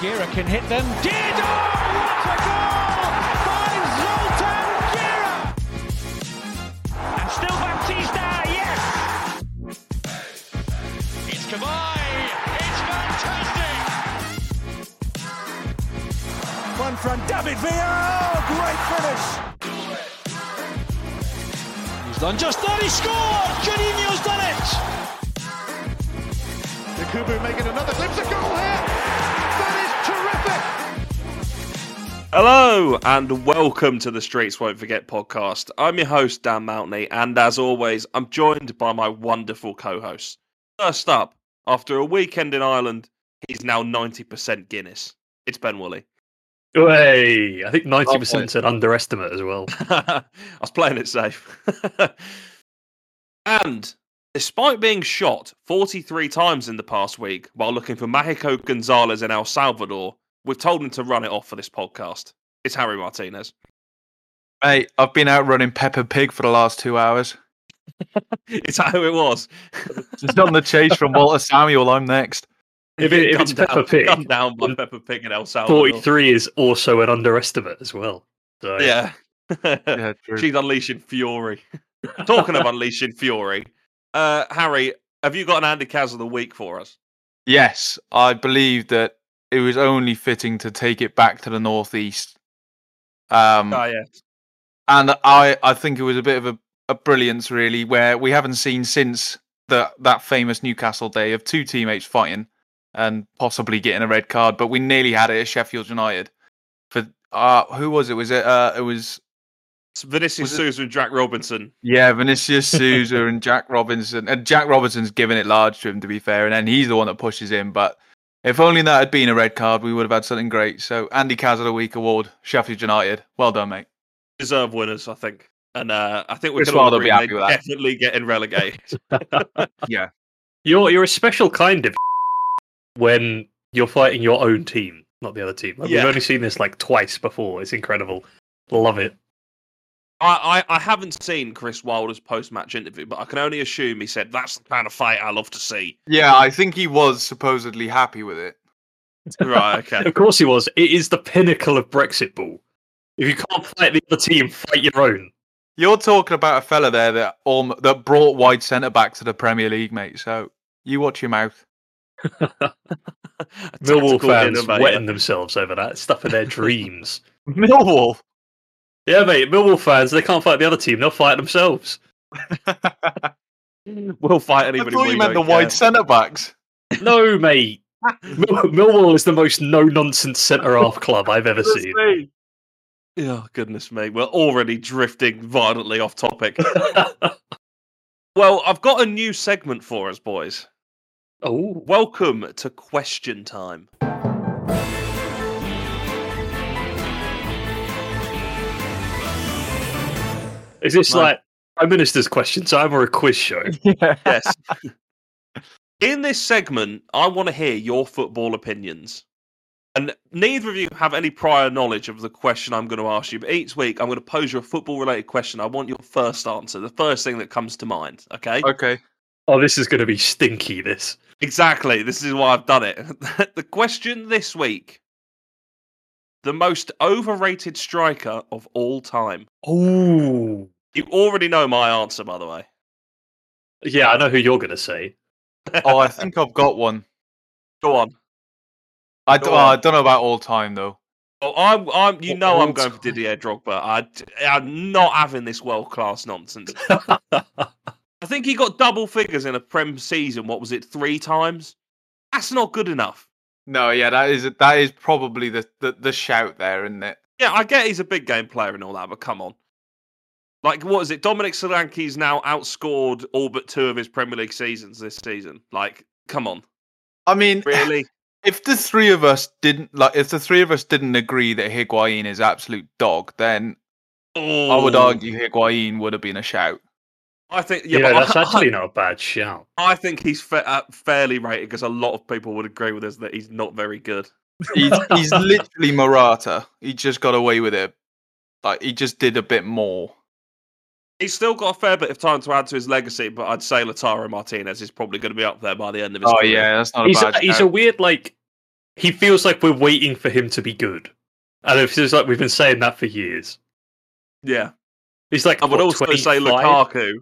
Gira can hit them. Did! Oh, what a goal by Zoltan Gira! And still Baptista, yes! It's Kavai! It's fantastic! One from David Villa. Oh, great finish. He's done just that, he scored! Juninho's done it! Kubu making another glimpse of goal here. That is terrific. Hello and welcome to the Streets Won't Forget podcast. I'm your host, Dan Mountney, and as always, I'm joined by my wonderful co hosts. First up, after a weekend in Ireland, he's now 90% Guinness. It's Ben Woolley. Way, I think ninety percent is an underestimate as well. I was playing it safe. and despite being shot 43 times in the past week while looking for Mahiko Gonzalez in El Salvador, we've told him to run it off for this podcast. It's Harry Martinez. Mate, I've been out running Peppa Pig for the last two hours. Is that who it was? It's on the chase from Walter Samuel. I'm next. If it- if Gunned it's Peppa down- Pig, gunned down by then Peppa Pig in El Salvador. Forty-three is also an underestimate as well. So, Yeah. Yeah, true. She's unleashing fury. Talking of unleashing fury, uh, Harry, have you got an Andy Kaz of the week for us? Yes, I believe that it was only fitting to take it back to the northeast. Mm. Um, Oh, yeah. and I, I think it was a bit of a, a brilliance really, where we haven't seen since the, that famous Newcastle day of two teammates fighting and possibly getting a red card, but we nearly had it at Sheffield United. For uh, who was it? Was it? Uh, it was It's Vinicius Was it- Souza and Jack Robinson. yeah, Vinicius Souza and Jack Robinson, and Jack Robinson's giving it large to him to be fair, and then he's the one that pushes in. But if only that had been a red card, we would have had something great. So Andy Kaz of the Week Award, Sheffield United, well done, mate. Deserve winners, I think. And uh, I think we Chris can all Wilder agree will be happy they're with that. definitely getting relegated. you're you're a special kind of when you're fighting your own team, not the other team. Like, Yeah. We've only seen this like twice before. It's incredible. Love it. I, I, I haven't seen Chris Wilder's post-match interview, but I can only assume he said, that's the kind of fight I love to see. Yeah, I think he was supposedly happy with it. Right, okay. Of course, he was. It is the pinnacle of Brexit ball. If you can't fight the other team, fight your own. You're talking about a fella there that alm- that brought wide centre back to the Premier League, mate. So you watch your mouth. Millwall Tactical fans innovator. wetting themselves over that stuff in their dreams. Millwall. Yeah, mate. Millwall fans, they can't fight the other team. They'll fight themselves. We'll fight I anybody. thought we you meant the don't wide care. centre backs. No, mate. Mill- Millwall is the most no nonsense centre half club I've ever seen. Oh, goodness me. We're already drifting violently off topic. Well, I've got a new segment for us, boys. oh, Welcome to Question Time. is this No. like Prime Minister's question time or a quiz show? Yes. In this segment, I want to hear your football opinions. And neither of you have any prior knowledge of the question I'm going to ask you. But each week, I'm going to pose you a football related question. I want your first answer, the first thing that comes to mind. Okay? Okay. Oh, this is going to be stinky. This. Exactly. This is why I've done it. the question this week the most overrated striker of all time. Oh, You already know my answer, by the way. yeah. I know who you're going to say. Oh, I think I've got one. Go on. I, Go d- oh, I on. don't know about all time though. Well, Oh, I'm, I'm, you What know, I'm all going for Didier Drogba. I, am not having this world class nonsense. I think he got double figures in a Prem season. What was it, three times? That's not good enough. No, yeah, that is that is probably the the, the shout there, isn't it? Yeah, I get he's a big game player and all that, but come on. Like, what is it? Dominic Solanke's now outscored all but two of his Premier League seasons this season. Like, come on, I mean, really? if the three of us didn't like, if the three of us didn't agree that Higuain is absolute dog, then I would Ooh. argue Higuain would have been a shout. I think, Yeah, yeah, but that's I, actually not a bad shout. I think he's fa- uh, fairly rated because a lot of people would agree with us that he's not very good. He's, he's literally Morata. He just got away with it. Like he just did a bit more. He's still got a fair bit of time to add to his legacy, but I'd say Lautaro Martinez is probably going to be up there by the end of his Oh career. yeah, that's not He's a bad. a, he's a shout. weird like he feels like we're waiting for him to be good, and it feels like we've been saying that for years. Yeah, He's like, I would what, also say 25? Lukaku,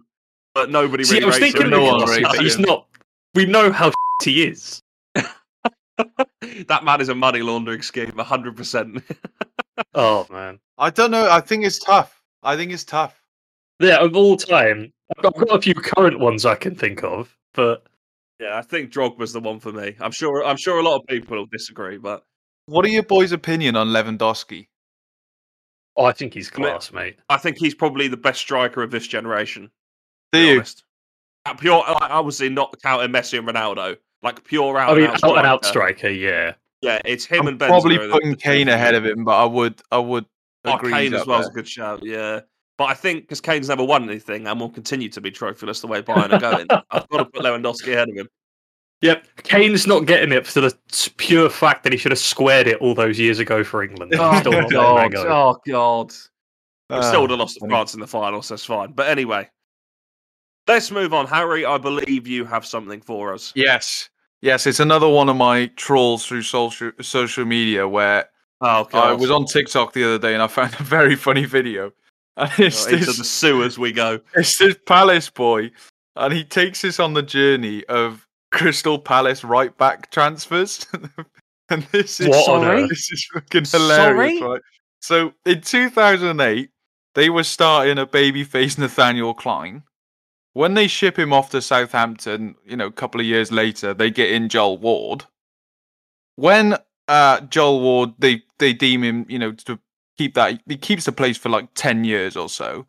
but nobody See, really I was rates thinking him. no one Lukaku, rates but he's him. not. We know how he is. that man is a money laundering scheme, hundred percent. Oh man, I don't know. I think it's tough. I think it's tough. yeah, of all time, I've got, I've got a few current ones I can think of, but Yeah, I think Drogba's the one for me. I'm sure. I'm sure a lot of people will disagree, but What are your boys' opinion on Lewandowski? oh, I think he's I mean- class, mate. I think he's probably the best striker of this generation. Do to be you? honest. At pure, like, obviously not counting Messi and Ronaldo, like pure Oh, out. I mean, and out and out striker. striker, yeah. Yeah, it's him I'm and Benzema. probably are the- putting the two Kane for me. ahead of him, but I would, I would Oh, agree. Kane he's as up well is a there. good shout. Yeah, but I think because Kane's never won anything and will continue to be trophyless the way Bayern are going, I've got to put Lewandowski ahead of him. Yep, Kane's not getting it for the s- pure fact that he should have squared it all those years ago for England. and he's still not letting that go. oh god. We still Uh, would have lost to France in the final, so it's fine. But anyway, let's move on. Harry, I believe you have something for us. yes, yes. It's another one of my trolls through social social media where Oh I was on TikTok the other day and I found a very funny video. And it's, into this, the sewers we go. it's this Palace boy, and he takes us on the journey of Crystal Palace right back transfers. and this is What on Sorry? earth? this is fucking hilarious, Sorry? right? So in 2008, they were starting a babyface Nathaniel Klein. When they ship him off to Southampton, you know, a couple of years later, they get in Joel Ward. When uh, Joel Ward, they they deem him, you know, to keep that he keeps the place for like ten years or so.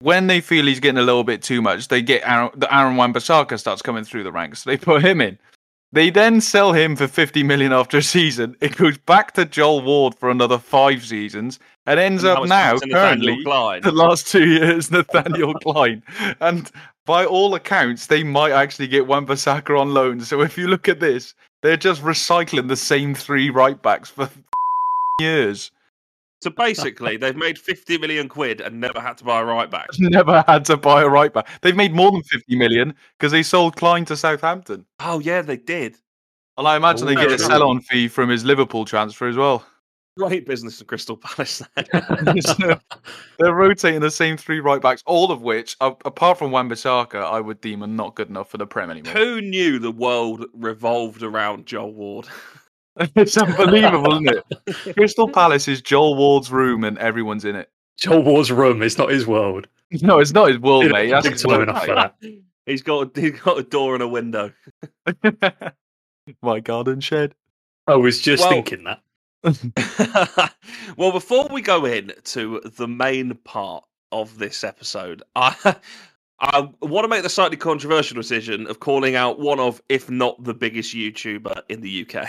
When they feel he's getting a little bit too much, they get Aaron, the Aaron Wan-Bissaka starts coming through the ranks. They put him in. They then sell him for 50 million after a season. It goes back to Joel Ward for another five seasons and ends And up it's now, Nathaniel currently, Klein. the last two years, Nathaniel Klein. And by all accounts, they might actually get Wan Bissaka on loan. So if you look at this, they're just recycling the same three right backs for years. So basically, they've made 50 million quid and never had to buy a right back. Never had to buy a right back. They've made more than 50 million because they sold Klein to Southampton. Oh, yeah, they did. And I imagine they Oh, get a yeah. sell on fee from his Liverpool transfer as well. Great business in Crystal Palace. So They're rotating the same three right backs, all of which, a- apart from Wan Bissaka, I would deem are not good enough for the Prem anymore. Who knew the world revolved around Joel Ward? it's unbelievable, isn't it? Crystal Palace is Joel Ward's room and everyone's in it. Joel Ward's room. It's not his world. No, it's not his world, Oh, He'd mate. have That's been his time world, enough for that. He's got he's got a door and a window. mate. My garden shed. I was just Well- thinking that. well, before we go in to the main part of this episode, I I want to make the slightly controversial decision of calling out one of, if not the biggest YouTuber in the UK.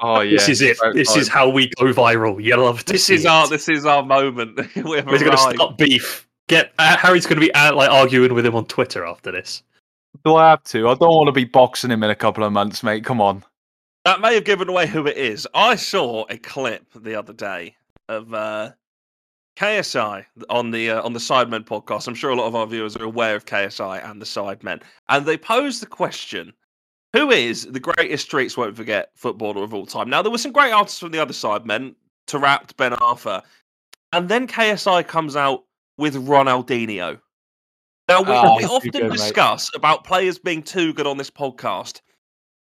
Oh, yeah. this is it. Right, This right. is how we go viral. You love to This see is it. our this is our moment. We're We're going to start beef. Get uh, Harry's going to be out, like arguing with him on Twitter after this. Do I have to? I don't want to be boxing him in a couple of months, mate. Come on. That may have given away who it is. I saw a clip the other day of uh, KSI on the uh, on the Sidemen podcast. I'm sure a lot of our viewers are aware of KSI and the Sidemen, and they posed the question: Who is the greatest streets won't forget footballer of all time? Now there were some great answers from the other Sidemen, Tarapt, Ben Arthur, and then KSI comes out with Ronaldinho. Now we, Oh, we he's too often good, mate. discuss about players being too good on this podcast.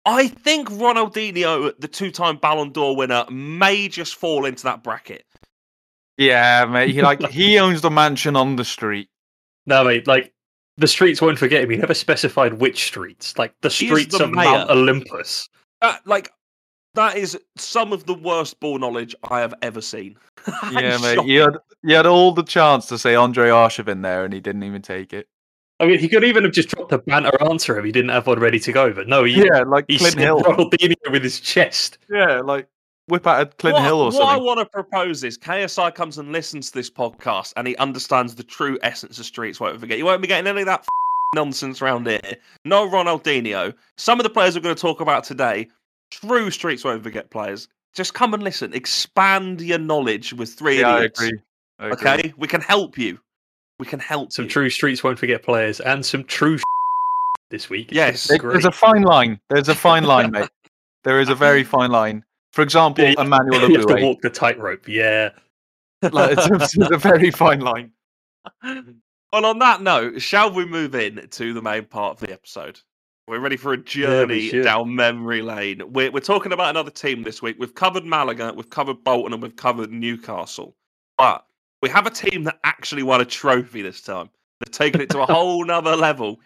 I think Ronaldinho, the two-time Ballon d'Or winner, may just fall into that bracket. Yeah, mate. He like he owns the mansion on the street. No, mate, like the streets won't forget him. He never specified which streets. Like the He is streets the of Mount mayor. Olympus. That like that is some of the worst ball knowledge I have ever seen. Yeah, It's mate. shocking. He had, he had all the chance to say Andre Arshavin there, and he didn't even take it. I mean, he could even have just dropped a banter answer if he didn't have one ready to go. But no, he Yeah, like he Clint said Hill. Ronaldinho with his chest. Yeah, like whip out at Clint what, Hill or what I something. want to propose is KSI comes and listens to this podcast and he understands the true essence of Streets Won't Forget. You won't be getting any of that f- nonsense round here. No Ronaldinho. Some of the players we're going to talk about today, true Streets Won't Forget players. Just come and listen. Expand your knowledge with three Yeah, I idiots. agree. I agree. Okay, we can help you. We can help Some you. true streets won't forget players and some true this week. It's Yes. been There- There's great. a fine line. There's a fine line, mate. There is a very fine line. For example, Yeah, you- Emmanuel you have to Aboué. walk the tightrope. Yeah. Like, it's, it's a very fine line. Well, on that note, shall we move in to the main part of the episode? We're ready for a journey should. down memory lane. We're, we're talking about another team this week. We've covered Malaga, we've covered Bolton, and we've covered Newcastle. But we have a team that actually won a trophy this time. They've taken it to a whole nother level.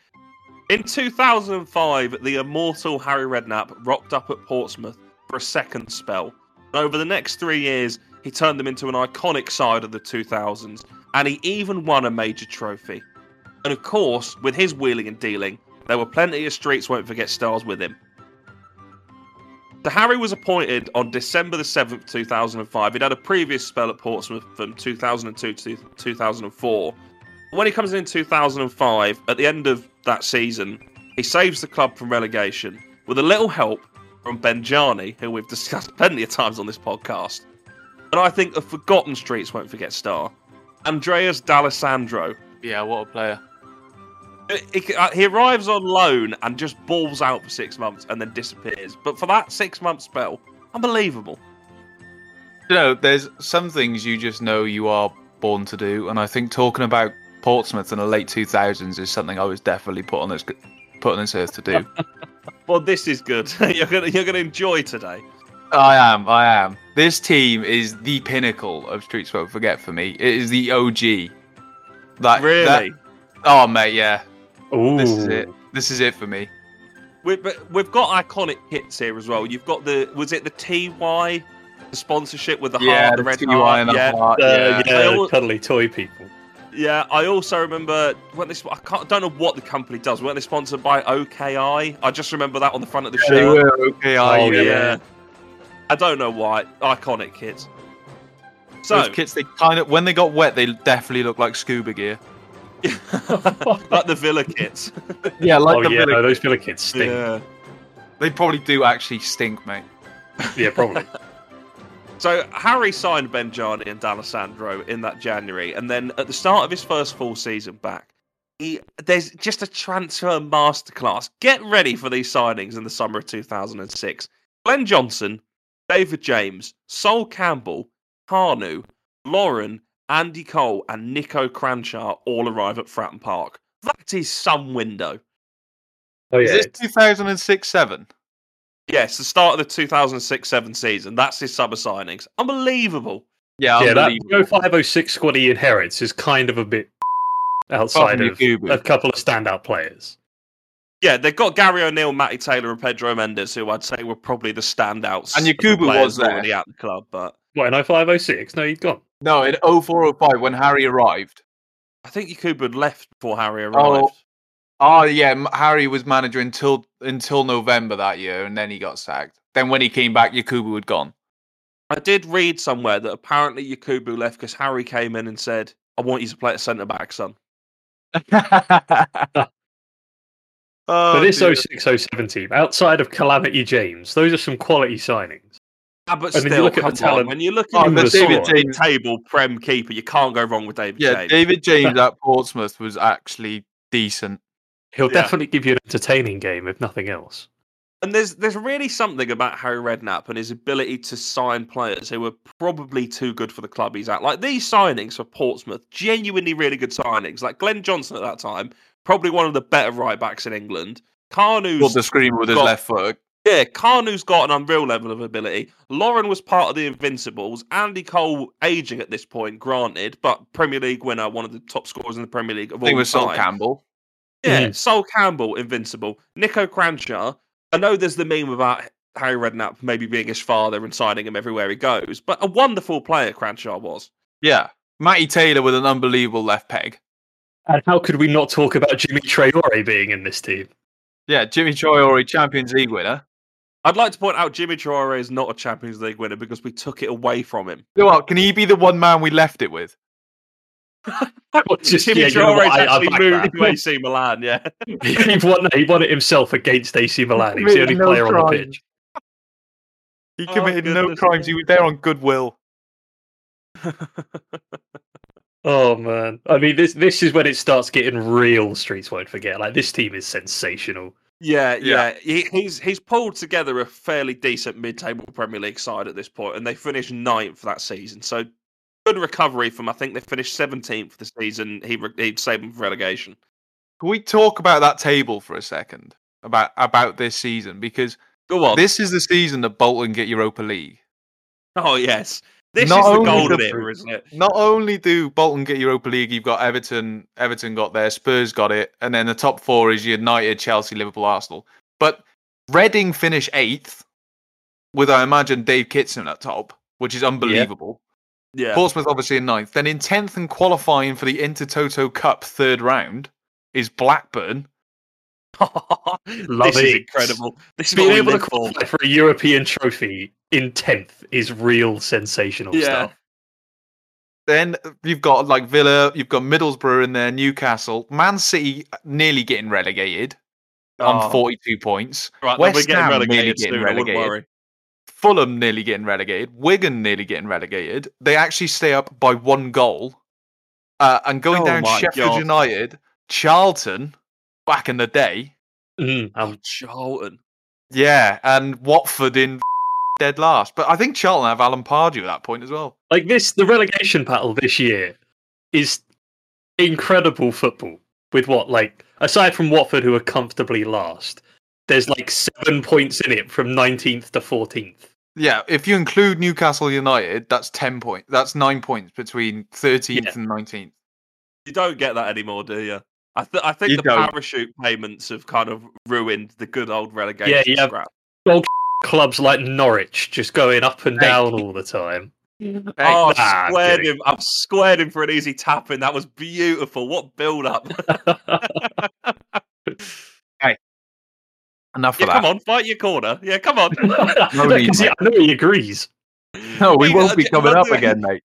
In 2005, the immortal Harry Redknapp rocked up at Portsmouth for a second spell. And over the next three years, he turned them into an iconic side of the 2000s, and he even won a major trophy. And of course, with his wheeling and dealing, there were plenty of streets won't forget stars with him. So Harry was appointed on December the 7th, 2005. He'd had a previous spell at Portsmouth from 2002 to 2004. When he comes in 2005, at the end of that season, he saves the club from relegation with a little help from Benjani, who we've discussed plenty of times on this podcast. And I think a forgotten streets won't forget star. Andreas D'Alessandro. Yeah, what a player. He, he- uh, he arrives on loan and just balls out for six months and then disappears. But for that six month spell, unbelievable. You know, there's some things you just know you are born to do, and I think talking about Portsmouth in the late 2000s is something I was definitely put on this put on this earth to do. Well, this is good. you're gonna you're gonna enjoy today. I am, I am. This team is the pinnacle of Streets Won't Forget for me. It is the OG. That, really. that- oh, mate, yeah. Ooh. This is it. This is it for me. We, but we've got iconic hits here as well. You've got the was it the TY the sponsorship with the heart, the, red TY heart, and the yeah, heart, Uh, yeah, yeah. I al- cuddly toy people. yeah. I also remember when this I can't don't know what the company does. Weren't they sponsored by OKI? I just remember that on the front of the They shirt. were okay, I Oh, yeah. yeah. I don't know why. Iconic hits. So Those kits, they kind of when they got wet, they definitely looked like scuba gear. like the Villa kits. Yeah, like oh yeah, no, those filler kids stink. Yeah, Yeah. They probably do actually stink, mate. probably. So Harry signed Benjani and D'Alessandro in that January, and then at the start of his first full season back, he, there's just a transfer masterclass. Get ready for these signings in the summer of 2006. Glenn Johnson, David James, Sol Campbell, Carnu, Lauren, Andy Cole, and Nico Cranshaw all arrive at Fratton Park. That is some window. Oh yeah, Is this 2006 7? Yes, the start of the 2006-7 season. That's his summer signings. Unbelievable. Yeah, yeah. That unbelievable. 0506 squad he oh inherits is kind of a bit outside Probably of Uber. a couple of standout players. Yeah, they've got Gary O'Neill, Matty Taylor, and Pedro Mendes, who I'd say were probably the standouts. And of the Yakubu players was there. already at the club, but What in 0506? No, he'd gone. No, in 0405 when Harry arrived. I think Yakubu had left before Harry arrived. Oh. Oh yeah, M- Harry was manager until until November that year, and then he got sacked. Then when he came back, Yakubu had gone. I did read somewhere that apparently Yakubu left because Harry came in and said, "I want you to play at centre back, son." Oh, Oh, but this 0607 team, outside of Calamity James, those are some quality signings. Ah, but And still, then you look at the come on, talent. when you look Oh, at but the David sort of James- table prem keeper, you can't go wrong with David yeah, James. David James at Portsmouth was actually decent. He'll Yeah. definitely give you an entertaining game, if nothing else. And there's there's really something about Harry Redknapp and his ability to sign players who were probably too good for the club he's at. Like these signings for Portsmouth, genuinely really good signings. Like Glenn Johnson at that time, probably one of the better right backs in England. Carnew's Well, the screamer with his got- left foot. yeah, Carnew's got an unreal level of ability. Lauren was part of the Invincibles. Andy Cole, aging at this point, granted, but Premier League winner, one of the top scorers in the Premier League of I think it all was Sol time. Campbell. Yeah, Mhm. Sol Campbell, invincible. Nico Cranshaw. I know there's the meme about Harry Redknapp maybe being his father and signing him everywhere he goes, but a wonderful player Cranshaw was. Yeah, Matty Taylor with an unbelievable left peg. And how could we not talk about Jimmy Traore being in this team? Yeah, Jimmy Traore, Champions League winner. I'd like to point out Jimmy Traore is not a Champions League winner because we took it away from him. You know what? Can he be the one man we left it with? Well, just- Jimmy yeah, you know Traore's what, I- I actually back moved that. to AC Milan, yeah. he won. He won it himself against AC Milan. He was the Committed only player no on the crimes. pitch. He Oh, committed no goodness crimes. me. He was there on goodwill. Oh man! I mean, this this is when it starts getting real. Streets won't forget. Like this team is sensational. Yeah, Yeah. yeah. He, he's he's pulled together a fairly decent mid-table Premier League side at this point, and they finished ninth that season. So good recovery from I think they finished seventeenth the season. He re- he'd saved them for relegation. Can we talk about that table for a second? About about this season because Go on. this is the season that Bolton get Europa League. oh yes, this Not is the only golden the- era, isn't it? Not only do Bolton get Europa League, you've got Everton. Everton got there. Spurs got it, and then the top four is United, Chelsea, Liverpool, Arsenal. But Reading finish eighth, with I imagine Dave Kitson at top, which is unbelievable. Yeah, Portsmouth obviously in ninth. Then in tenth and qualifying for the Intertoto Cup third round is Blackburn. Love this is it. incredible. This is Being what we able to live for. qualify for a European trophy in tenth is real sensational Yeah. stuff. Then you've got like Villa, you've got Middlesbrough in there, Newcastle, Man City nearly getting relegated on Oh. 42 points, Right, West they'll be getting Ham nearly relegated getting soon. I relegated. wouldn't worry. Fulham nearly getting relegated, Wigan nearly getting relegated. They actually stay up by one goal. Uh, and going Oh down my Sheffield God. United, Charlton back in the day. Mm, Oh, um, Charlton. Yeah, and Watford in dead last. But I think Charlton have Alan Pardew at that point as well. like this, the relegation battle this year is incredible football. With what, like, aside from Watford, who are comfortably last, there's like seven points in it from 19th to 14th. Yeah, if you include Newcastle United, that's ten point. That's nine points between thirteenth Yeah. and nineteenth. You don't get that anymore, do you? I, th- I think You the don't. parachute payments have kind of ruined the good old relegation Yeah, yeah. scrap. Clubs like Norwich just going up and Hey. down all the time. oh, nah, I've I'm squared kidding. him. I've squared him for an easy tap in. That was beautiful. What build up. Enough yeah, of come that. on, fight your corner. Yeah, come on. No, need, 'cause he- I know he agrees. No, we He- won't be uh, coming what up do- again, mate.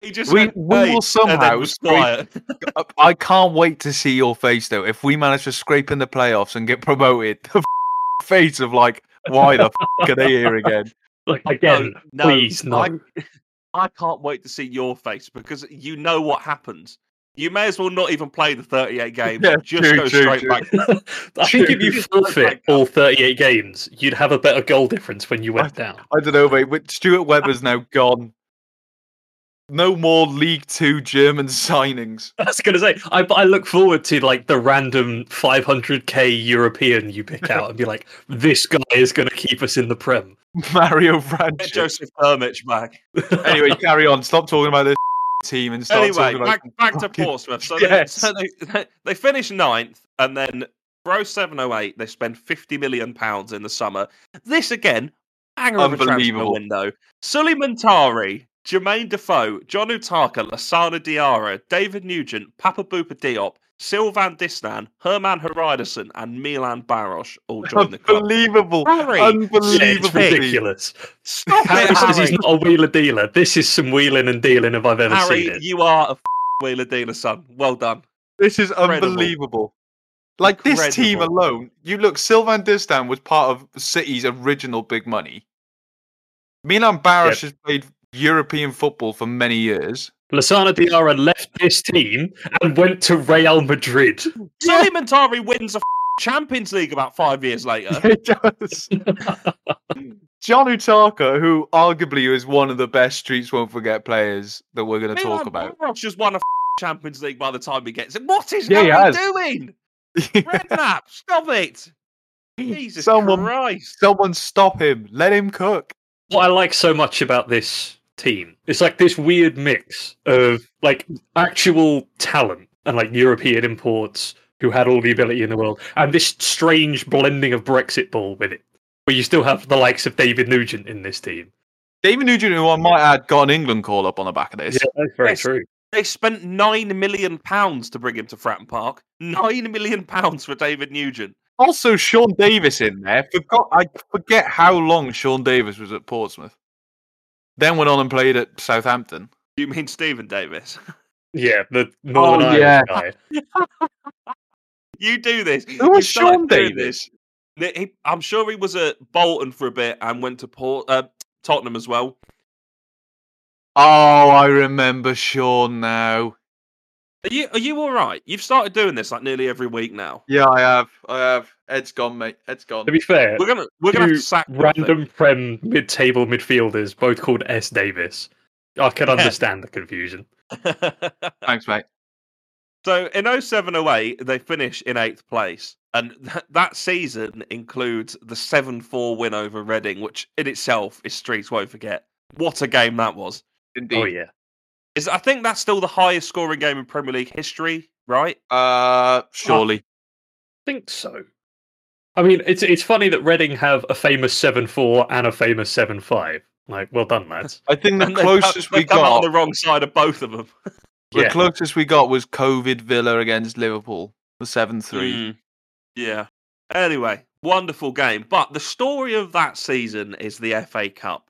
He just We- went, we will "Hey," and then somehow was scrape- quiet. I- I can't wait to see your face though. If we manage to scrape in the playoffs and get promoted, the face of like, why the f- are they here again? Like again, no, please no. I, I can't wait to see your face because you know what happens. You may as well not even play the 38 games. Yeah, just true, go true, straight true. back. I think if Dude, you this is forfeit like- all 38 games, you'd have a better goal difference when you went down. I don't know, mate. But Stuart Webber's now gone. No more League Two German signings. I was going to say, I, but I look forward to like the random 500k European you pick out and be like, this guy is going to keep us in the Prem. Mario Get Franchi. Joseph Hermich back. anyway, carry on. Stop talking about this team and start Anyway, talking about. back, back to fucking- Portsmouth. So, Yes. they, so they- they, they finish ninth, and then Pro 708, they spend 50 million pounds in the summer. This again, banger of a transfer Unbelievable. window. Sully Montari, Jermaine Defoe, John Utaka, Lasana Diarra, David Nugent, Papa Booper Diop, Sylvan Disnan, Herman Haridason, and Milan Baros all join the club. Unbelievable. Harry, Yeah, it's Unbelievable. team. ridiculous. stop Harry it, says he's Harry. not a wheeler dealer. This is some wheeling and dealing if I've ever seen Harry, it. you are a f- wheeler dealer, son. Well done. This is Incredible. unbelievable. Like this team Incredible. alone, you look. Sylvan Distan was part of City's original big money. Milan Baros has played European football for many years. Lasana Diarra left this team and went to Real Madrid. Sully Montari wins a f- Champions League about five years later. It does. John Utaka, who arguably is one of the best Streets Won't Forget players that we're going to talk about. Barros just won a f- Champions League by the time he gets it. What is Yeah, he Harry has. doing? Redknapp, stop it! Jesus Someone- Christ! Someone stop him. Let him cook. what I like so much about this team. It's like this weird mix of like actual talent and like European imports who had all the ability in the world, and this strange blending of Brexit ball with it, where you still have the likes of David Nugent in this team. David Nugent, who I might add, got an England call up on the back of this. that's very Yes. true. They spent nine million pounds to bring him to Fratton Park. Nine million pounds for David Nugent. Also, Sean Davis in there. Forgot I forget how long Sean Davis was at Portsmouth. Then went on and played at Southampton. You mean Stephen Davis? Yeah, the Northern Oh, Irish yeah. guy. You do this. Who was You started Sean doing Davis? this. He- I'm sure he was at Bolton for a bit and went to Port, uh, Tottenham as well. Oh, I remember Sean now. Are you are you all right? You've started doing this like nearly every week now. Yeah, I have. I have. Ed's gone, mate. Ed's gone. To be fair, We're gonna we're gonna have to Two sack Griffin. random prem mid-table midfielders, both called S. Davis. I can Yeah. understand the confusion. Thanks, mate. so in 07 08, they finish in eighth place. And th- that season includes the 7 4 win over Reading, which in itself is streaks won't forget. What a game that was. Indeed. Oh yeah, Is I think that's still the highest scoring game in Premier League history, right? Uh, surely. think so. I mean, it's it's funny that Reading have a famous seven four and a famous seven five. Like, well done, lads. I think the And they've closest come, they've we come out on got, the wrong side of both of them. the Yeah. closest we got was COVID Villa against Liverpool, the seven three. Mm. Yeah. Anyway, wonderful game. But the story of that season is the FA Cup.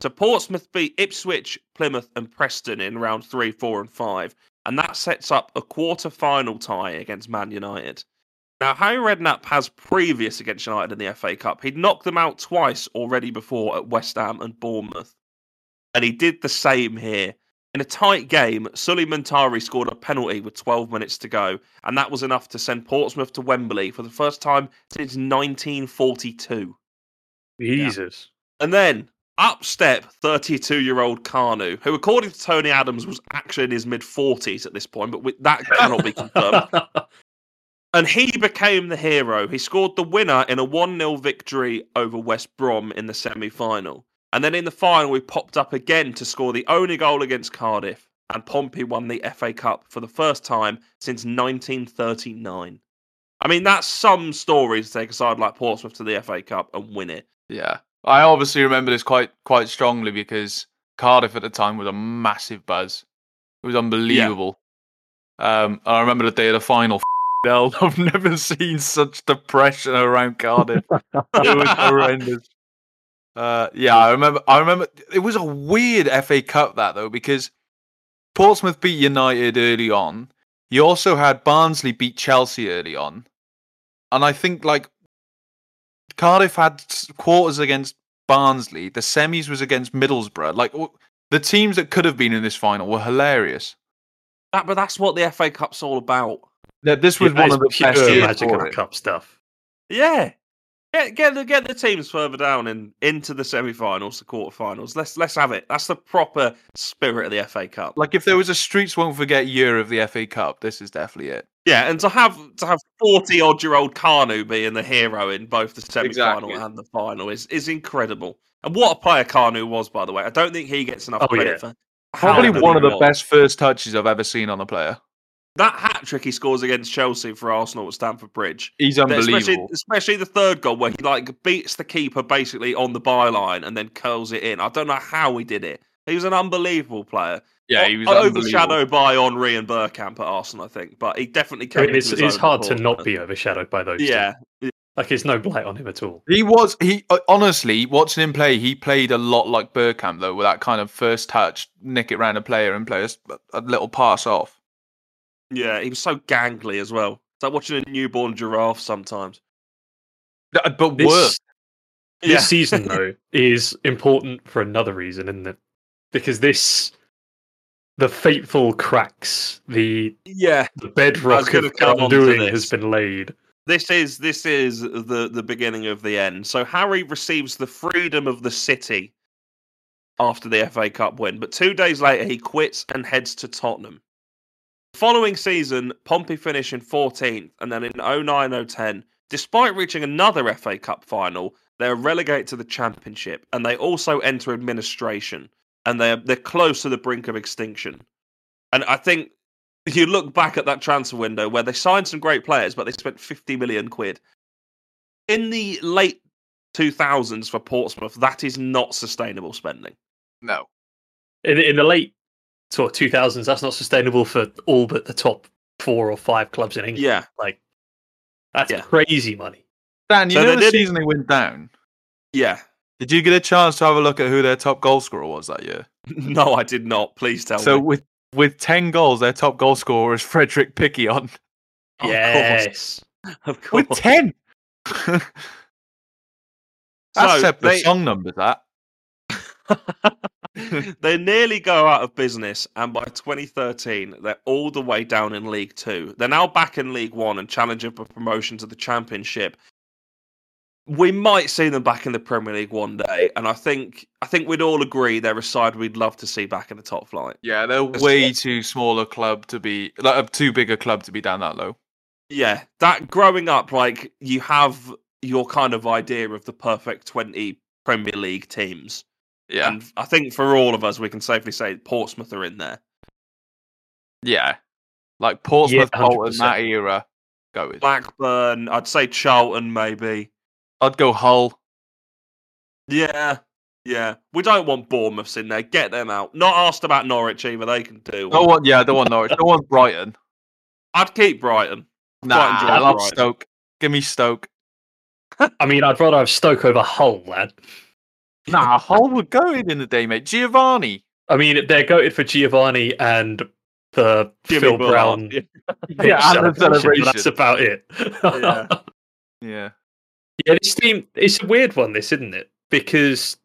So Portsmouth beat Ipswich, Plymouth, and Preston in round three, four, and five. And that sets up a quarter final tie against Man United. Now, Harry Redknapp has previous against United in the FA Cup. He'd knocked them out twice already before at West Ham and Bournemouth. And he did the same here. In a tight game, Sully Montari scored a penalty with 12 minutes to go and that was enough to send Portsmouth to Wembley for the first time since 1942. Jesus. And then up step 32 year old Carnu, who, according to Tony Adams, was actually in his mid 40s at this point, but with, that cannot be confirmed. And he became the hero. He scored the winner in a 1 0 victory over West Brom in the semi final. And then in the final, he popped up again to score the only goal against Cardiff. And Pompey won the FA Cup for the first time since 1939. I mean, that's some story to take a side like Portsmouth to the FA Cup and win it. Yeah, I obviously remember this quite quite strongly because Cardiff at the time was a massive buzz. It was unbelievable. Um, I remember the day of the final. hell, I've never seen such depression around Cardiff. it was horrendous. Uh, yeah, I remember. I remember. It was a weird FA Cup that though because Portsmouth beat United early on. You also had Barnsley beat Chelsea early on, and I think like Cardiff had s- quarters against Barnsley. The semis was against Middlesbrough. Like w- the teams that could have been in this final were hilarious. That, but that's what the FA Cup's all about. Yeah, this was Yeah, one it's of the pure best years Magic for of it. Cup stuff. Yeah. Get, get, the, get the teams further down and into the semi finals, the quarter finals. Let's, let's have it. That's the proper spirit of the FA Cup. Like if there was a Streets Won't Forget year of the FA Cup, this is definitely it. Yeah, and to have to have forty odd year old Carnu being the hero in both the semi final Exactly. and the final is is incredible. And what a player Carnu was, by the way. I don't think he gets enough Oh, credit yeah. for how Probably good one of he the was. best first touches I've ever seen on a player. That hat trick he scores against Chelsea for Arsenal at Stamford Bridge. He's Especially, unbelievable. especially the third goal where he like beats the keeper basically on the byline and then curls it in. I don't know how he did it. He was an unbelievable player. Yeah, he was unbelievable. overshadowed by Henri and Burkamp at Arsenal, I think, but he definitely. I Came mean, into it's, his it's own hard to before. not be overshadowed by those. two. Yeah, like it's no blight on him at all. He was he uh, honestly watching him play. He played a lot like Burkamp though, with that kind of first touch, nick it round a player and play a s- a little pass off. Yeah, he was so gangly as well. It's like watching a newborn giraffe sometimes. Uh, But This, worse, this Yeah. season though is important for another reason, isn't it? Because this, the fateful cracks, the Yeah, the bedrock gonna of come on to undoing this. has been laid. this is this is the the beginning of the end. So Harry receives the freedom of the city after the FA Cup win, but two days later he quits and heads to Tottenham. The following season, Pompey finish in 14th, and then in 09-010, despite reaching another FA Cup final, they are relegated to the Championship, and they also enter administration, and they're they're close to the brink of extinction. And I think if you look back at that transfer window where they signed some great players, but they spent 50 million quid. In the late 2000s for Portsmouth, that is not sustainable spending. no. In, in the late sort of two thousands, that's not sustainable for all but the top four or five clubs in Mm. England. Yeah. Like that's Yeah. crazy money. Dan, you So know they the didn't- season they went down. Yeah. Did you get a chance to have a look at who their top goal scorer was that year? No, I did not. Please tell so me. with with ten goals, their top goal scorer is Frederick Pickion. Of yes. course. Of course. With ten, that's So so they- song number. That they nearly go out of business, and by 2013, they're all the way down in League Two. They're now back in League One and challenging for promotion to the Championship. We might see them back in the Premier League one day, and I think I think we'd all agree they're a side we'd love to see back in the top flight. Yeah, they're That's way it. too small a club to be like a too big a club to be down that low. Yeah, that growing up, like you have your kind of idea of the perfect 20 Premier League teams. Yeah, And I think for all of us, we can safely say Portsmouth are in there. yeah. Like Portsmouth, Yeah, Bolton, 100%. that era. Go with. Blackburn, I'd say Charlton, maybe. I'd go Hull. Yeah, yeah. We don't want Bournemouths in there. Get them out. Not asked about Norwich either. They can Oh, do. No one. Yeah, I don't want Norwich. No one Brighton. I'd keep Brighton. Nah, Brighton, I love Brighton. Stoke. Give me Stoke. I mean, I'd rather have Stoke over Hull, lad. Nah, Hull would go in in the day, mate. Giovanni. I mean, they're goated for Giovanni and the Jimmy Phil Bullard. Brown. Yeah. pitch Yeah, celebration, and the but celebration. That's about it. Yeah. Yeah. Yeah, this team, it's a weird one, this, isn't it? Because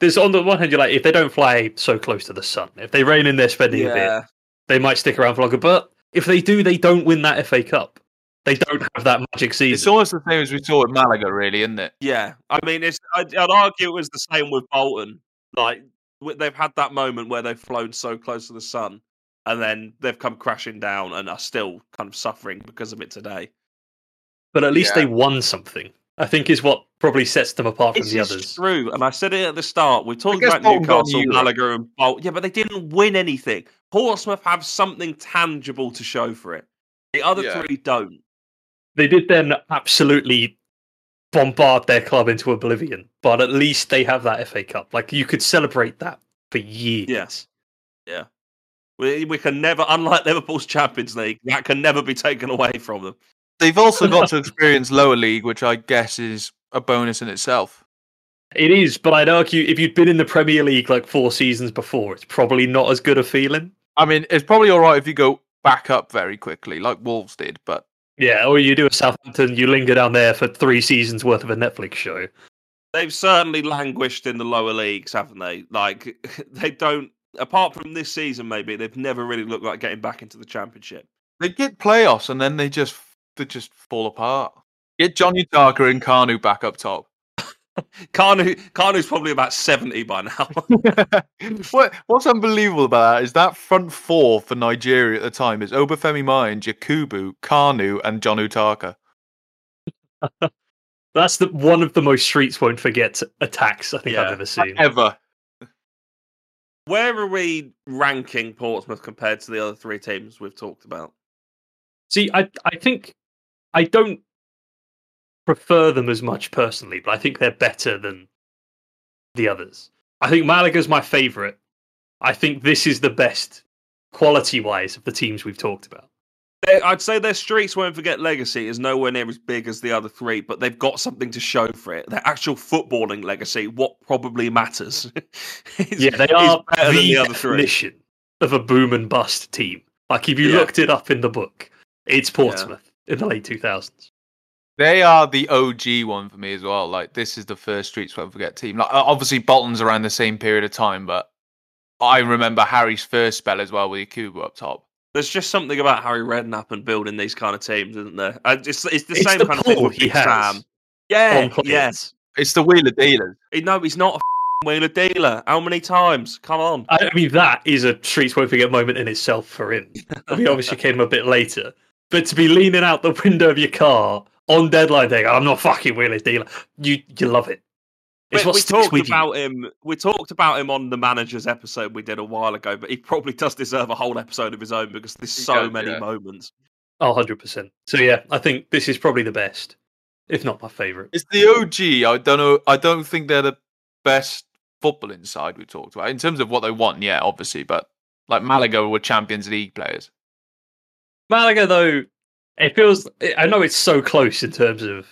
there's, on the one hand, you're like, if they don't fly so close to the sun, if they rein in their spending a bit, Yeah. they might stick around for longer. But if they do, they don't win that FA Cup. They don't have that magic It's season. almost the same as we saw with Malaga, really, isn't it? yeah. I mean, it's. I'd, I'd argue it was the same with Bolton. Like w- they've had that moment where they've flown so close to the sun, and then they've come crashing down and are still kind of suffering because of it today. but at least Yeah. they won something. I think is what probably sets them apart from This the is others. true, and I said it at the start. We talked guess about Bolton got Newcastle, Europe. Malaga, and Bolt. Yeah, but they didn't win anything. Portsmouth have something tangible to show for it. The other Yeah. three don't. They did then absolutely bombard their club into oblivion, but at least they have that FA Cup. Like you could celebrate that for years. Yes. Yeah. We, we can never, unlike Liverpool's Champions League, that can never be taken away from them. They've also got to experience lower league, which I guess is a bonus in itself. It is, but I'd argue if you'd been in the Premier League like four seasons before, it's probably not as good a feeling. I mean, it's probably all right if you go back up very quickly, like Wolves did, but Yeah, or you do a Southampton, you linger down there for three seasons worth of a Netflix show. They've certainly languished in the lower leagues, haven't they? Like, they don't, apart from this season, maybe, they've never really looked like getting back into the Championship. they get playoffs and then they just they just fall apart. Get Johnny Darker and Carnu back up top. Kanu, Kanu's probably about 70 by now. what, what's unbelievable about that is that front four for Nigeria at the time is Obafemi Mine, Jakubu, Kanu, and John Utaka. That's the one of the most streets won't forget attacks I think Yeah. I've ever seen. Ever. Where are we ranking Portsmouth compared to the other three teams we've talked about? See, I I think I don't prefer them as much personally, but I think they're better than the others. I think Malaga's my favourite. I think this is the best quality wise of the teams we've talked about. They- I'd say their streaks won't forget legacy is nowhere near as big as the other three, but they've got something to show for it. Their actual footballing legacy, what probably matters. is- Yeah, they is are better the, than the other three. definition of a boom and bust team. Like if you Yeah. looked it up in the book, it's Portsmouth in the late two thousands. They are the OG one for me as well. Like this is the first Streets Won't Forget team. Like o- obviously Bolton's around the same period of time, but I remember Harry's first spell as well with Yakubu up top. There's just something about Harry Redknapp and building these kind of teams, isn't there? Uh, It's, it's the It's same the kind of thing pull with he Big has Sam. on Yeah, players. yes. It's the Wheeler Dealers. No, he's not a f***ing wheeler dealer. How many times? Come on. I I mean, that is a Streets Won't Forget moment in itself for him. We obviously came a bit later, but to be leaning out the window of your car on deadline day, I'm not fucking Wheeler dealer. You you love it. It's But what we sticks talked with you. about him. We talked about him on the managers episode we did a while ago, but he probably does deserve a whole episode of his own because there's He so does, many yeah. moments. Oh, 100%. So yeah, I think this is probably the best, if not my favorite. It's the OG. I don't know. I don't think they're the best footballing side we talked about in terms of what they want. Yeah, obviously, but like Malaga were Champions League players. Malaga though, it feels I know it's so close in terms of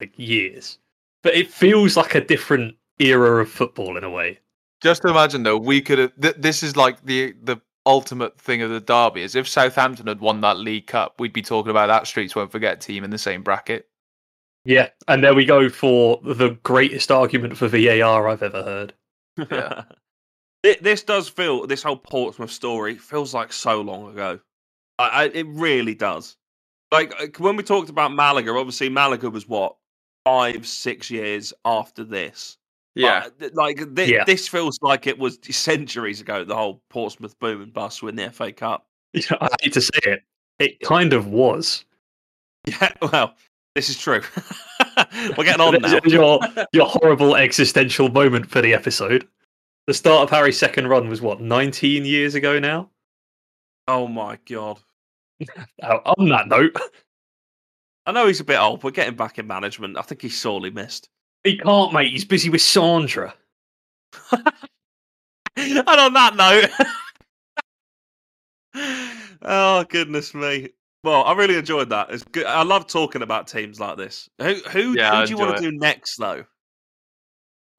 like years, but it feels like a different era of football in a way. Just imagine though, we could have. Th- this is like the the ultimate thing of the derby is if Southampton had won that League Cup, we'd be talking about that Streets Won't Forget team in the same bracket. Yeah, and there we go for the greatest argument for VAR I've ever heard. Yeah. Thi- This does feel this whole Portsmouth story feels like so long ago. I, I, it really does. Like uh, when we talked about Malaga, obviously Malaga was what five, six years after this. Yeah. But, th- like thi- Yeah. this feels like it was centuries ago. The whole Portsmouth boom and bust win the FA Cup. You know, I hate to say it. It kind of was. Yeah, well, this is true. We're getting on now. There's Your, your horrible existential moment for the episode. The start of Harry's second run was what, 19 years ago now? Oh my god. Now, Oh, on that note, I know he's a bit old, but getting back in management, I think he's sorely missed. he can't, mate. He's busy with Sandra. and on that note, oh goodness me! Well, I really enjoyed that. It's good. I love talking about teams like this. Who who, Yeah, I who do you want enjoy to do next though?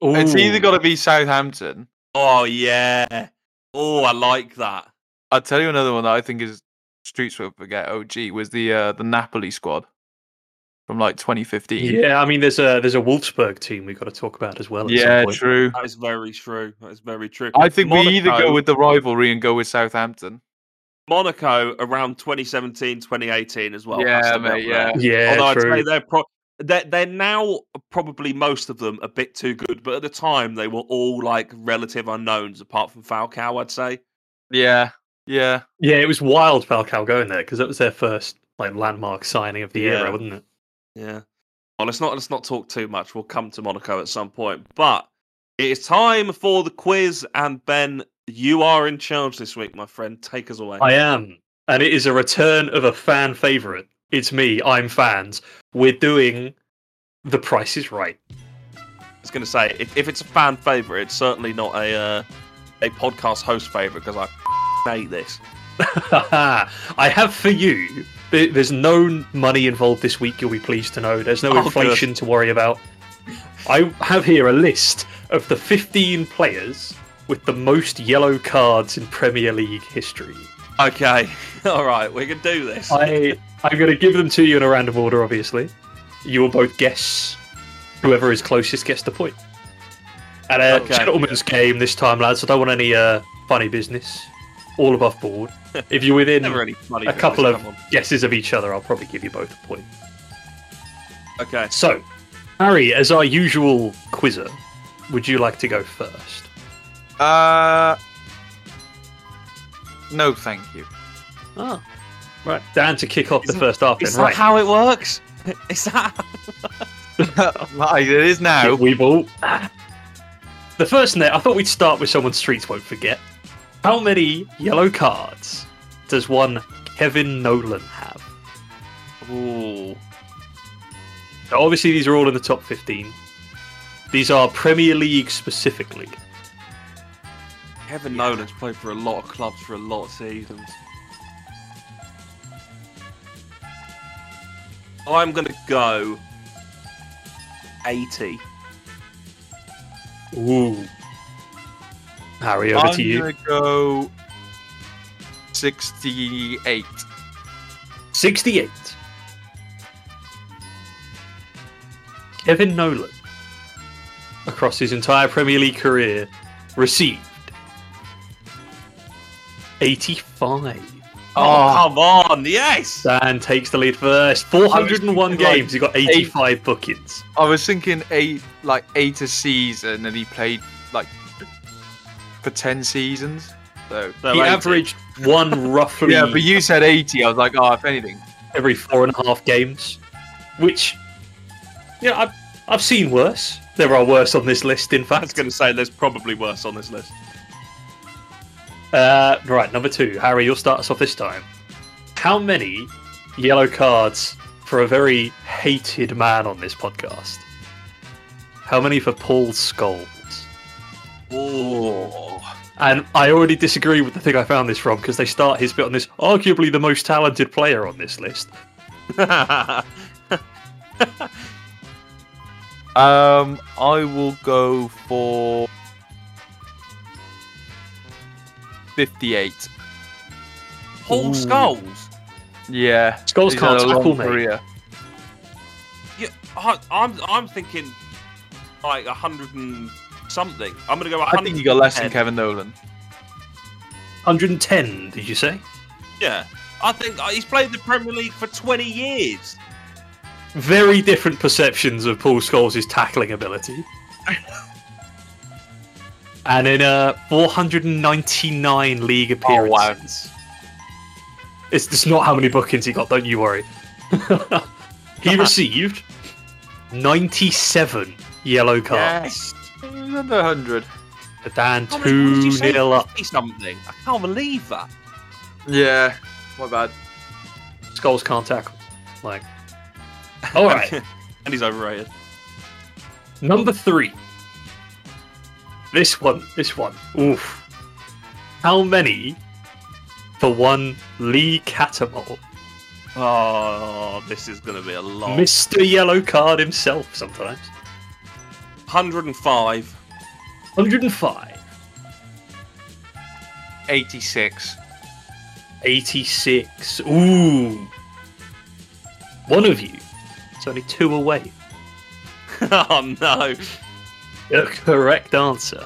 It's Ooh. either got to be Southampton. Oh yeah. Oh, I like that. I'll tell you another one that I think is Streets will forget. OG was the uh, the Napoli squad from like 2015. Yeah, I mean, there's a there's a Wolfsburg team we've got to talk about as well. At Yeah, some point. true. That is very true. That is very true. I think we either Monaco- go with the rivalry and go with Southampton. Monaco around 2017, 2018 as well. Yeah, has to be up mate, there. yeah. Yeah, Although I'd true. say they're, pro- they're they're now probably most of them a bit too good, but at the time they were all like relative unknowns apart from Falcao. I'd say. Yeah, yeah. Yeah, it was wild Falcao going there because that was their first like landmark signing of the Yeah. era, wasn't it? Yeah. Well, let's not let's not talk too much. We'll come to Monaco at some point, but it is time for the quiz. And Ben, you are in charge this week, my friend. Take us away. I am, and it is a return of a fan favorite. It's me. I'm fans. We're doing the Price is Right. was going to say if, if it's a fan favorite, it's certainly not a uh, a podcast host favorite because I hate this. I have for you. there- There's no money involved this week. You'll be pleased to know. There's no Oh, good. inflation to worry about. I have here a list of the 15 players with the most yellow cards in Premier League history. Okay, all right, we can do this. I I'm going to give them to you in a random order. Obviously, you will both guess. Whoever is closest gets the point. And a Okay. gentleman's game this time, lads. I don't want any uh, funny business. All above board. If you're within Never any money. a for couple this, of come on. guesses of each other, I'll probably give you both a point. Okay. So, Harry, as our usual quizzer, would you like to go first? Uh, no, thank you. Ah, right. Dan to kick off the first half. Then, Is that right? how it works? Is that Right, it is now. we will. The first net, I thought we'd start with someone streets won't forget. How many yellow cards does one Kevin Nolan have? Ooh. Now, obviously, these are all in the top 15. These are Premier League specifically. Kevin Nolan's played for a lot of clubs for a lot of seasons. I'm gonna go eighty. Ooh. Harry, over I'm to you. gonna go 68. 68. Kevin Nolan, across his entire Premier League career, received 85. Oh, Oh. come on, yes. Dan takes the lead first. 401 thinking, like, games, he got 85 bookings. I was thinking eight, like eight a season, and he played like for 10 seasons. So No, he 80. averaged one roughly yeah, but you said 80. I was like, oh, if anything, every four and a half games, which, you know, I've, I've seen worse. There are worse on this list, I in was fact. gonna say there's probably worse on this list. Uh, right, number two. Harry, you'll start us off this time. How many yellow cards for a very hated man on this podcast? How many for Paul Scholes? Ooh. And I already disagree with the thing I found this from because they start his bit on this arguably the most talented player on this list. um, I will go for 58. Paul Ooh. Scholes. Yeah, Scholes he's can't had a long tackle, mate. career. Yeah, I, I'm I'm thinking like 170 something. I'm going to go. I think you got less than Kevin Nolan. 110, did you say? Yeah, I think uh, he's played the Premier League for 20 years. Very different perceptions of Paul Scholes' tackling ability. and in uh, 499 league Oh, appearances. wow. It's just not how many bookings he got, don't you worry. he received 97 yellow cards. Yes. He was under 100. Dan How many times did 2 you say 0 up. 50 Something. I can't believe that. Yeah, my bad. Skulls can't tackle. Like, all right, and he's overrated. number three. This one, this one. Oof. How many for one Lee Catamol? Oh, this is going to be a lot. Mr. Yellow Card himself sometimes. 105. 105, 86. 86. Ooh. One of you. It's only two away. oh no. The correct answer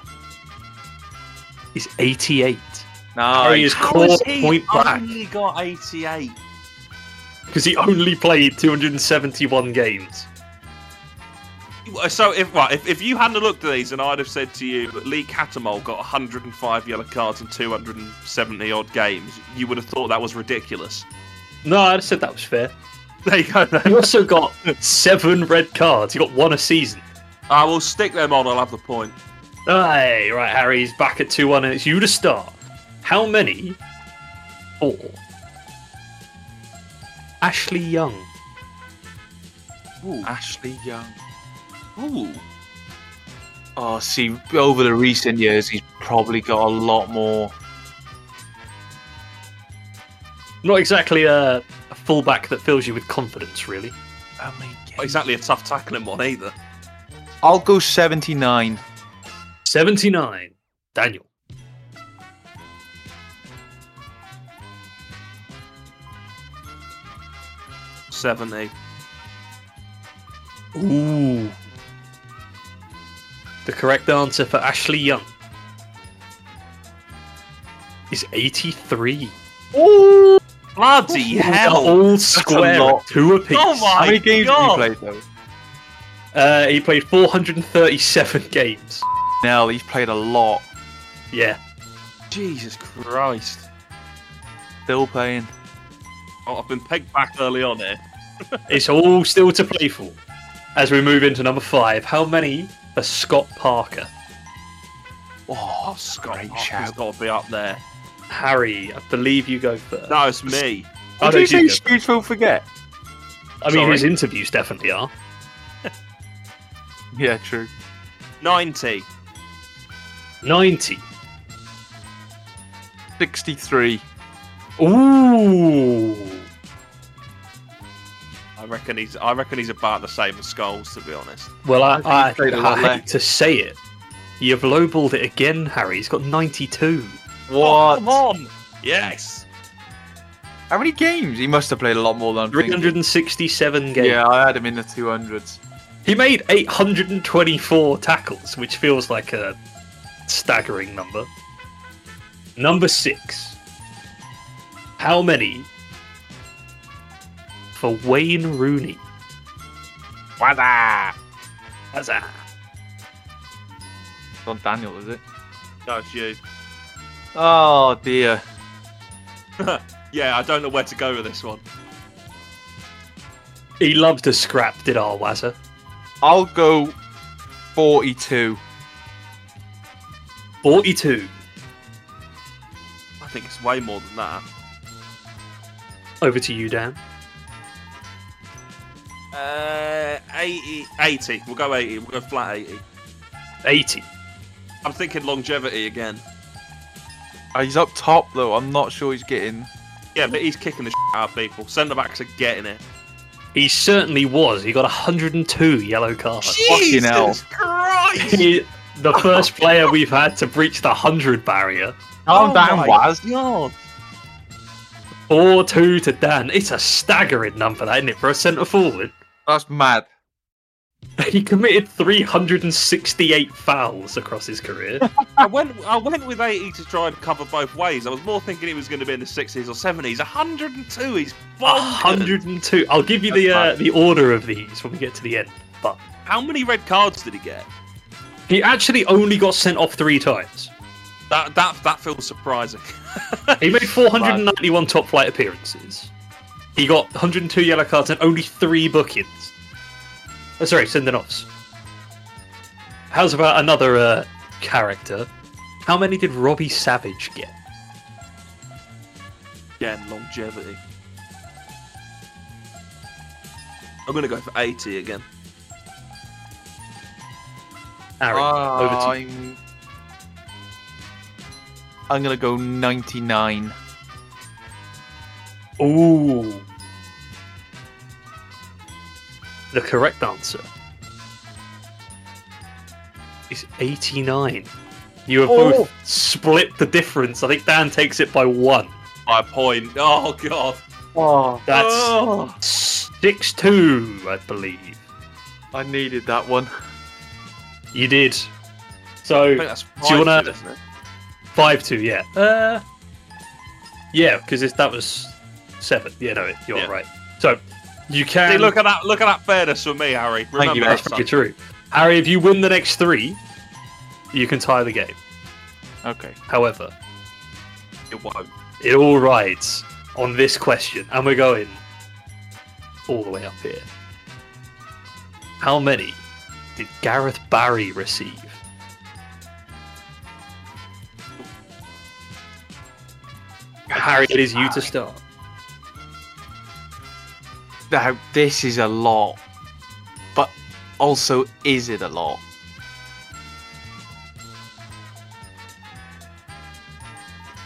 is 88. Harry Nice. is caught point back. only got 88? because he only played 271 games. So if right, if, if you hadn't looked at these and I'd have said to you Lee Catamol got 105 yellow cards in 270 odd games, you would have thought that was ridiculous. No, I said that was fair. There you go. Then. He also got seven red cards. He got one a season. I will stick them on. I'll have the point. Hey, right, Harry's back at 2 1, and it's you to start. How many? Four. Ashley Young. Ooh. Ashley Young. Ooh. Oh, see, over the recent years, he's probably got a lot more. Not exactly a, a fullback that fills you with confidence, really. How many Not exactly a tough tackling one either. I'll go 79. 79. Daniel. Seventy. Ooh. The correct answer for Ashley Young is 83. Bloody hell! All square, lot. two apiece. Oh my- How many games did he God. play, though? Uh, he played 437 games. Now, he's played a lot. Yeah. Jesus Christ! Still playing. Oh, I've been pegged back early on here. It's all still to play for. As we move into number five, how many for Scott Parker? Oh, Scott great has shout. got to be up there. Harry, I believe you go first. No, it's me. Oh, What no, do you say go first. Scrooge will forget? I mean, sorry. his interviews definitely are. Yeah, true. Ninety. 90. 63. Ooh. I reckon he's. I reckon he's about the same as Skulls, to be honest. Well, I, I, played a lot I hate less. to say it. You've lowballed it again, Harry. He's got 92. Oh, What? come on! Yes. How many games? He must have played a lot more than I'm thinking. 367 games. Yeah, I had him in the 200s. He made 824 tackles, which feels like a staggering number. Number six. How many for Wayne Rooney? Wada. That's a It's not Daniel, is it? That's you. Oh, dear. Yeah, I don't know where to go with this one. he loved to scrap, did our Wazza. I'll go 42. 42 I think it's way more than that. over to you, Dan. Uh, 80, 80. We'll go 80. We'll go flat 80. 80. I'm thinking longevity again. Uh, He's up top, though. I'm not sure he's getting. Yeah, but he's kicking the shit out of people. Centre backs are getting it. He certainly was. He got 102 yellow cards. Fucking hell. Christ! He- the first player we've had to breach the 100 barrier. Calm Oh my down, Waz. God. 4 2 to Dan. It's a staggering number, that, isn't it, for a centre forward? That's mad. He committed 368 fouls across his career. I went I went with 80 to try and cover both ways. I was more thinking it was going to be in the 60s or 70s. 102 is bonkers. 102. I'll give you the uh, the order of these when we get to the end. But How many red cards did he get? he actually only got sent off three times. That that that feels surprising. He made 491 top flight appearances. He got 102 yellow cards and only three bookings. Oh, sorry, sending offs. How's about another uh, character? How many did Robbie Savage get? Again, longevity. I'm going to go for 80 again. Aaron, over to you. I'm, I'm gonna go 99. Ooh. The correct answer is 89. You have Oh. both split the difference. I think Dan takes it by one. My point. Oh god. That's Oh. 6 2, I believe. I needed that one. You did. So, I think that's Do you five, wanna- isn't it? 5 2, yeah. Uh, yeah, because that was 7. Yeah, no, you're Yeah. right. So, you can. See, look at that! Look at that fairness for me, Harry. Remember you, that, That's That's pretty true. Harry, if you win the next three, you can tie the game. Okay. However, son. It won't. it all rides on this question, and we're going all the way up here. How many did Gareth Barry receive? Harry, it is you to start. Now, this is a lot. But also, is it a lot?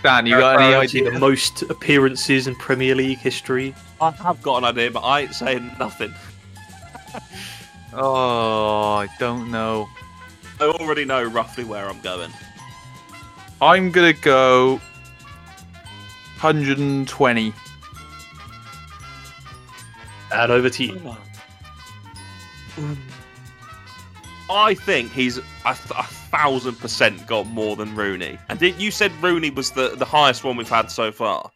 Dan, you got any Barry obviously idea? The most appearances in Premier League history. I have got an idea, but I ain't saying nothing. Oh, I don't know. I already know roughly where I'm going. I'm gonna go 120. And over to you. I think he's a, th- a thousand percent got more than Rooney. And did, you said Rooney was the, the highest one we've had so far,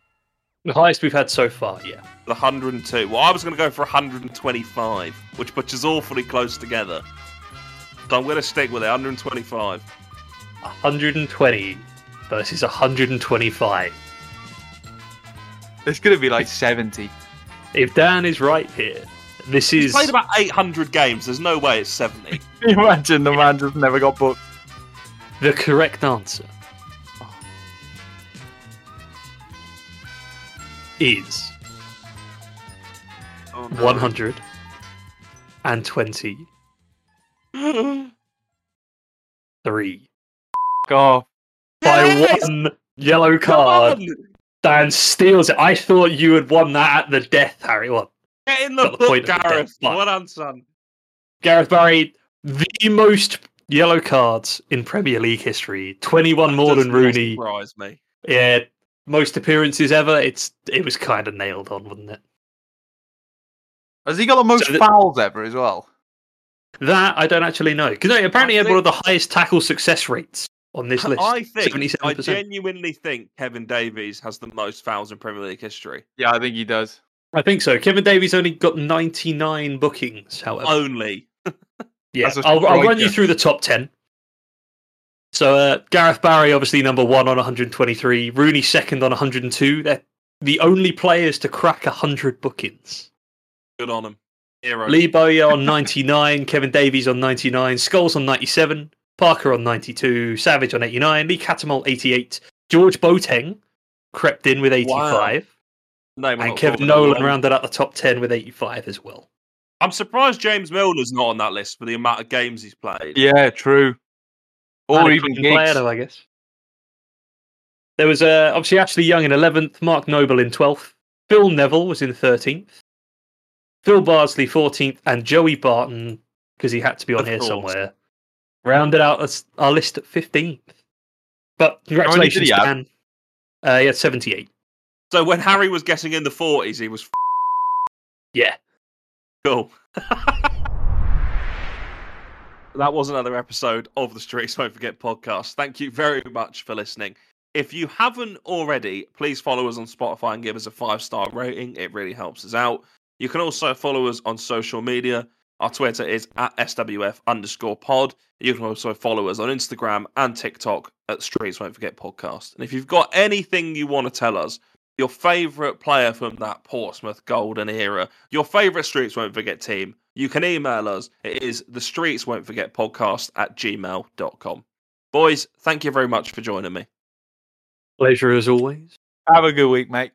The highest we've had so far, yeah. the 102. Well, I was going to go for 125, which butchers awfully close together. So I'm going to stick with it, 125. 120 versus 125. It's gonna be like 70. If Dan is right here, this He's is played about 800 games. There's no way it's 70. Imagine the man just never got booked. the correct answer. Is Oh, no. 123. Oh, By Yes! one yellow Come card, on! Dan steals it. I thought you had won that at the death, Harry. What? Get in the Got the book, point of the Gareth. death, but- Well done, son. Gareth Barry, the most yellow cards in Premier League history. 21 more Does than not Rooney. Surprise me. Yeah, most appearances ever. It's it was kind of nailed on, wasn't it? has he got the most So the- fouls ever as well? That I don't actually know because apparently he had think- one of the highest tackle success rates on this list. I think I 77%. genuinely think Kevin Davies has the most fouls in Premier League history. Yeah, I think he does. I think so. Kevin Davies only got 99 bookings. However, Oh, Only. yeah, As a I'll, I'll run you striker. through the top 10. So uh, Gareth Barry, obviously number one on 123. Rooney second on 102. They're the only players to crack 100 bookings. Good on him. Hero. Lee Bowyer on 99, Kevin Davies on 99, Skulls on 97, Parker on 92, Savage on 89, Lee Catamol 88, George Boateng crept in with 85, Name I'm and not Kevin calling Nolan him. rounded out the top 10 with 85 as well. I'm surprised James Milner's not on that list for the amount of games he's played. Yeah, true. Or even Management player, Giggs. though, I guess. There was uh, obviously Ashley Young in 11th, Mark Noble in 12th, Phil Neville was in 13th, Phil Barsley 14th, and Joey Barton, because he had to be on Of here course. somewhere, rounded out us- our list at 15th. But congratulations, he have? Dan. Uh, he had 78. So when Harry was getting in the 40s, he was f- Yeah. cool. that was another episode of the Streets Won't Forget podcast. Thank you very much for listening. If you haven't already, please follow us on Spotify and give us a five star rating. It really helps us out. You can also follow us on social media. Our Twitter is at SWF underscore pod. You can also follow us on Instagram and TikTok at Streets Won't Forget Podcast. And if you've got anything you want to tell us, your favourite player from that Portsmouth golden era, your favourite Streets Won't Forget team, you can email us. It is the Streets Won't Forget Podcast at gmail.com. Boys, thank you very much for joining me. Pleasure as always. Have a good week, mate.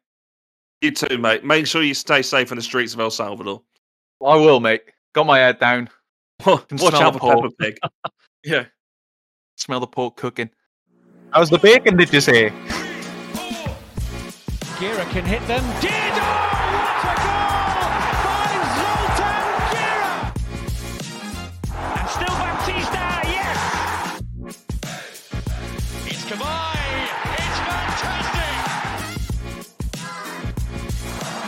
You too, mate. Make sure you stay safe in the streets of El Salvador. I will, mate. Got my head down. Watch smell out the for Peppa pork. Pig. Yeah. Smell the pork cooking. How's the bacon, did you say? Gira can hit them. Didor, what a goal by Zoltan Gira! And still Baptista, yes! It's Kavai! It's fantastic!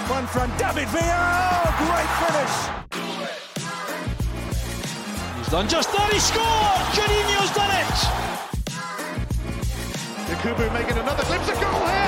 One from David Villa. Oh, great finish. He's done just that, he scored! Juninho's done it! Kubu making another glimpse of goal here.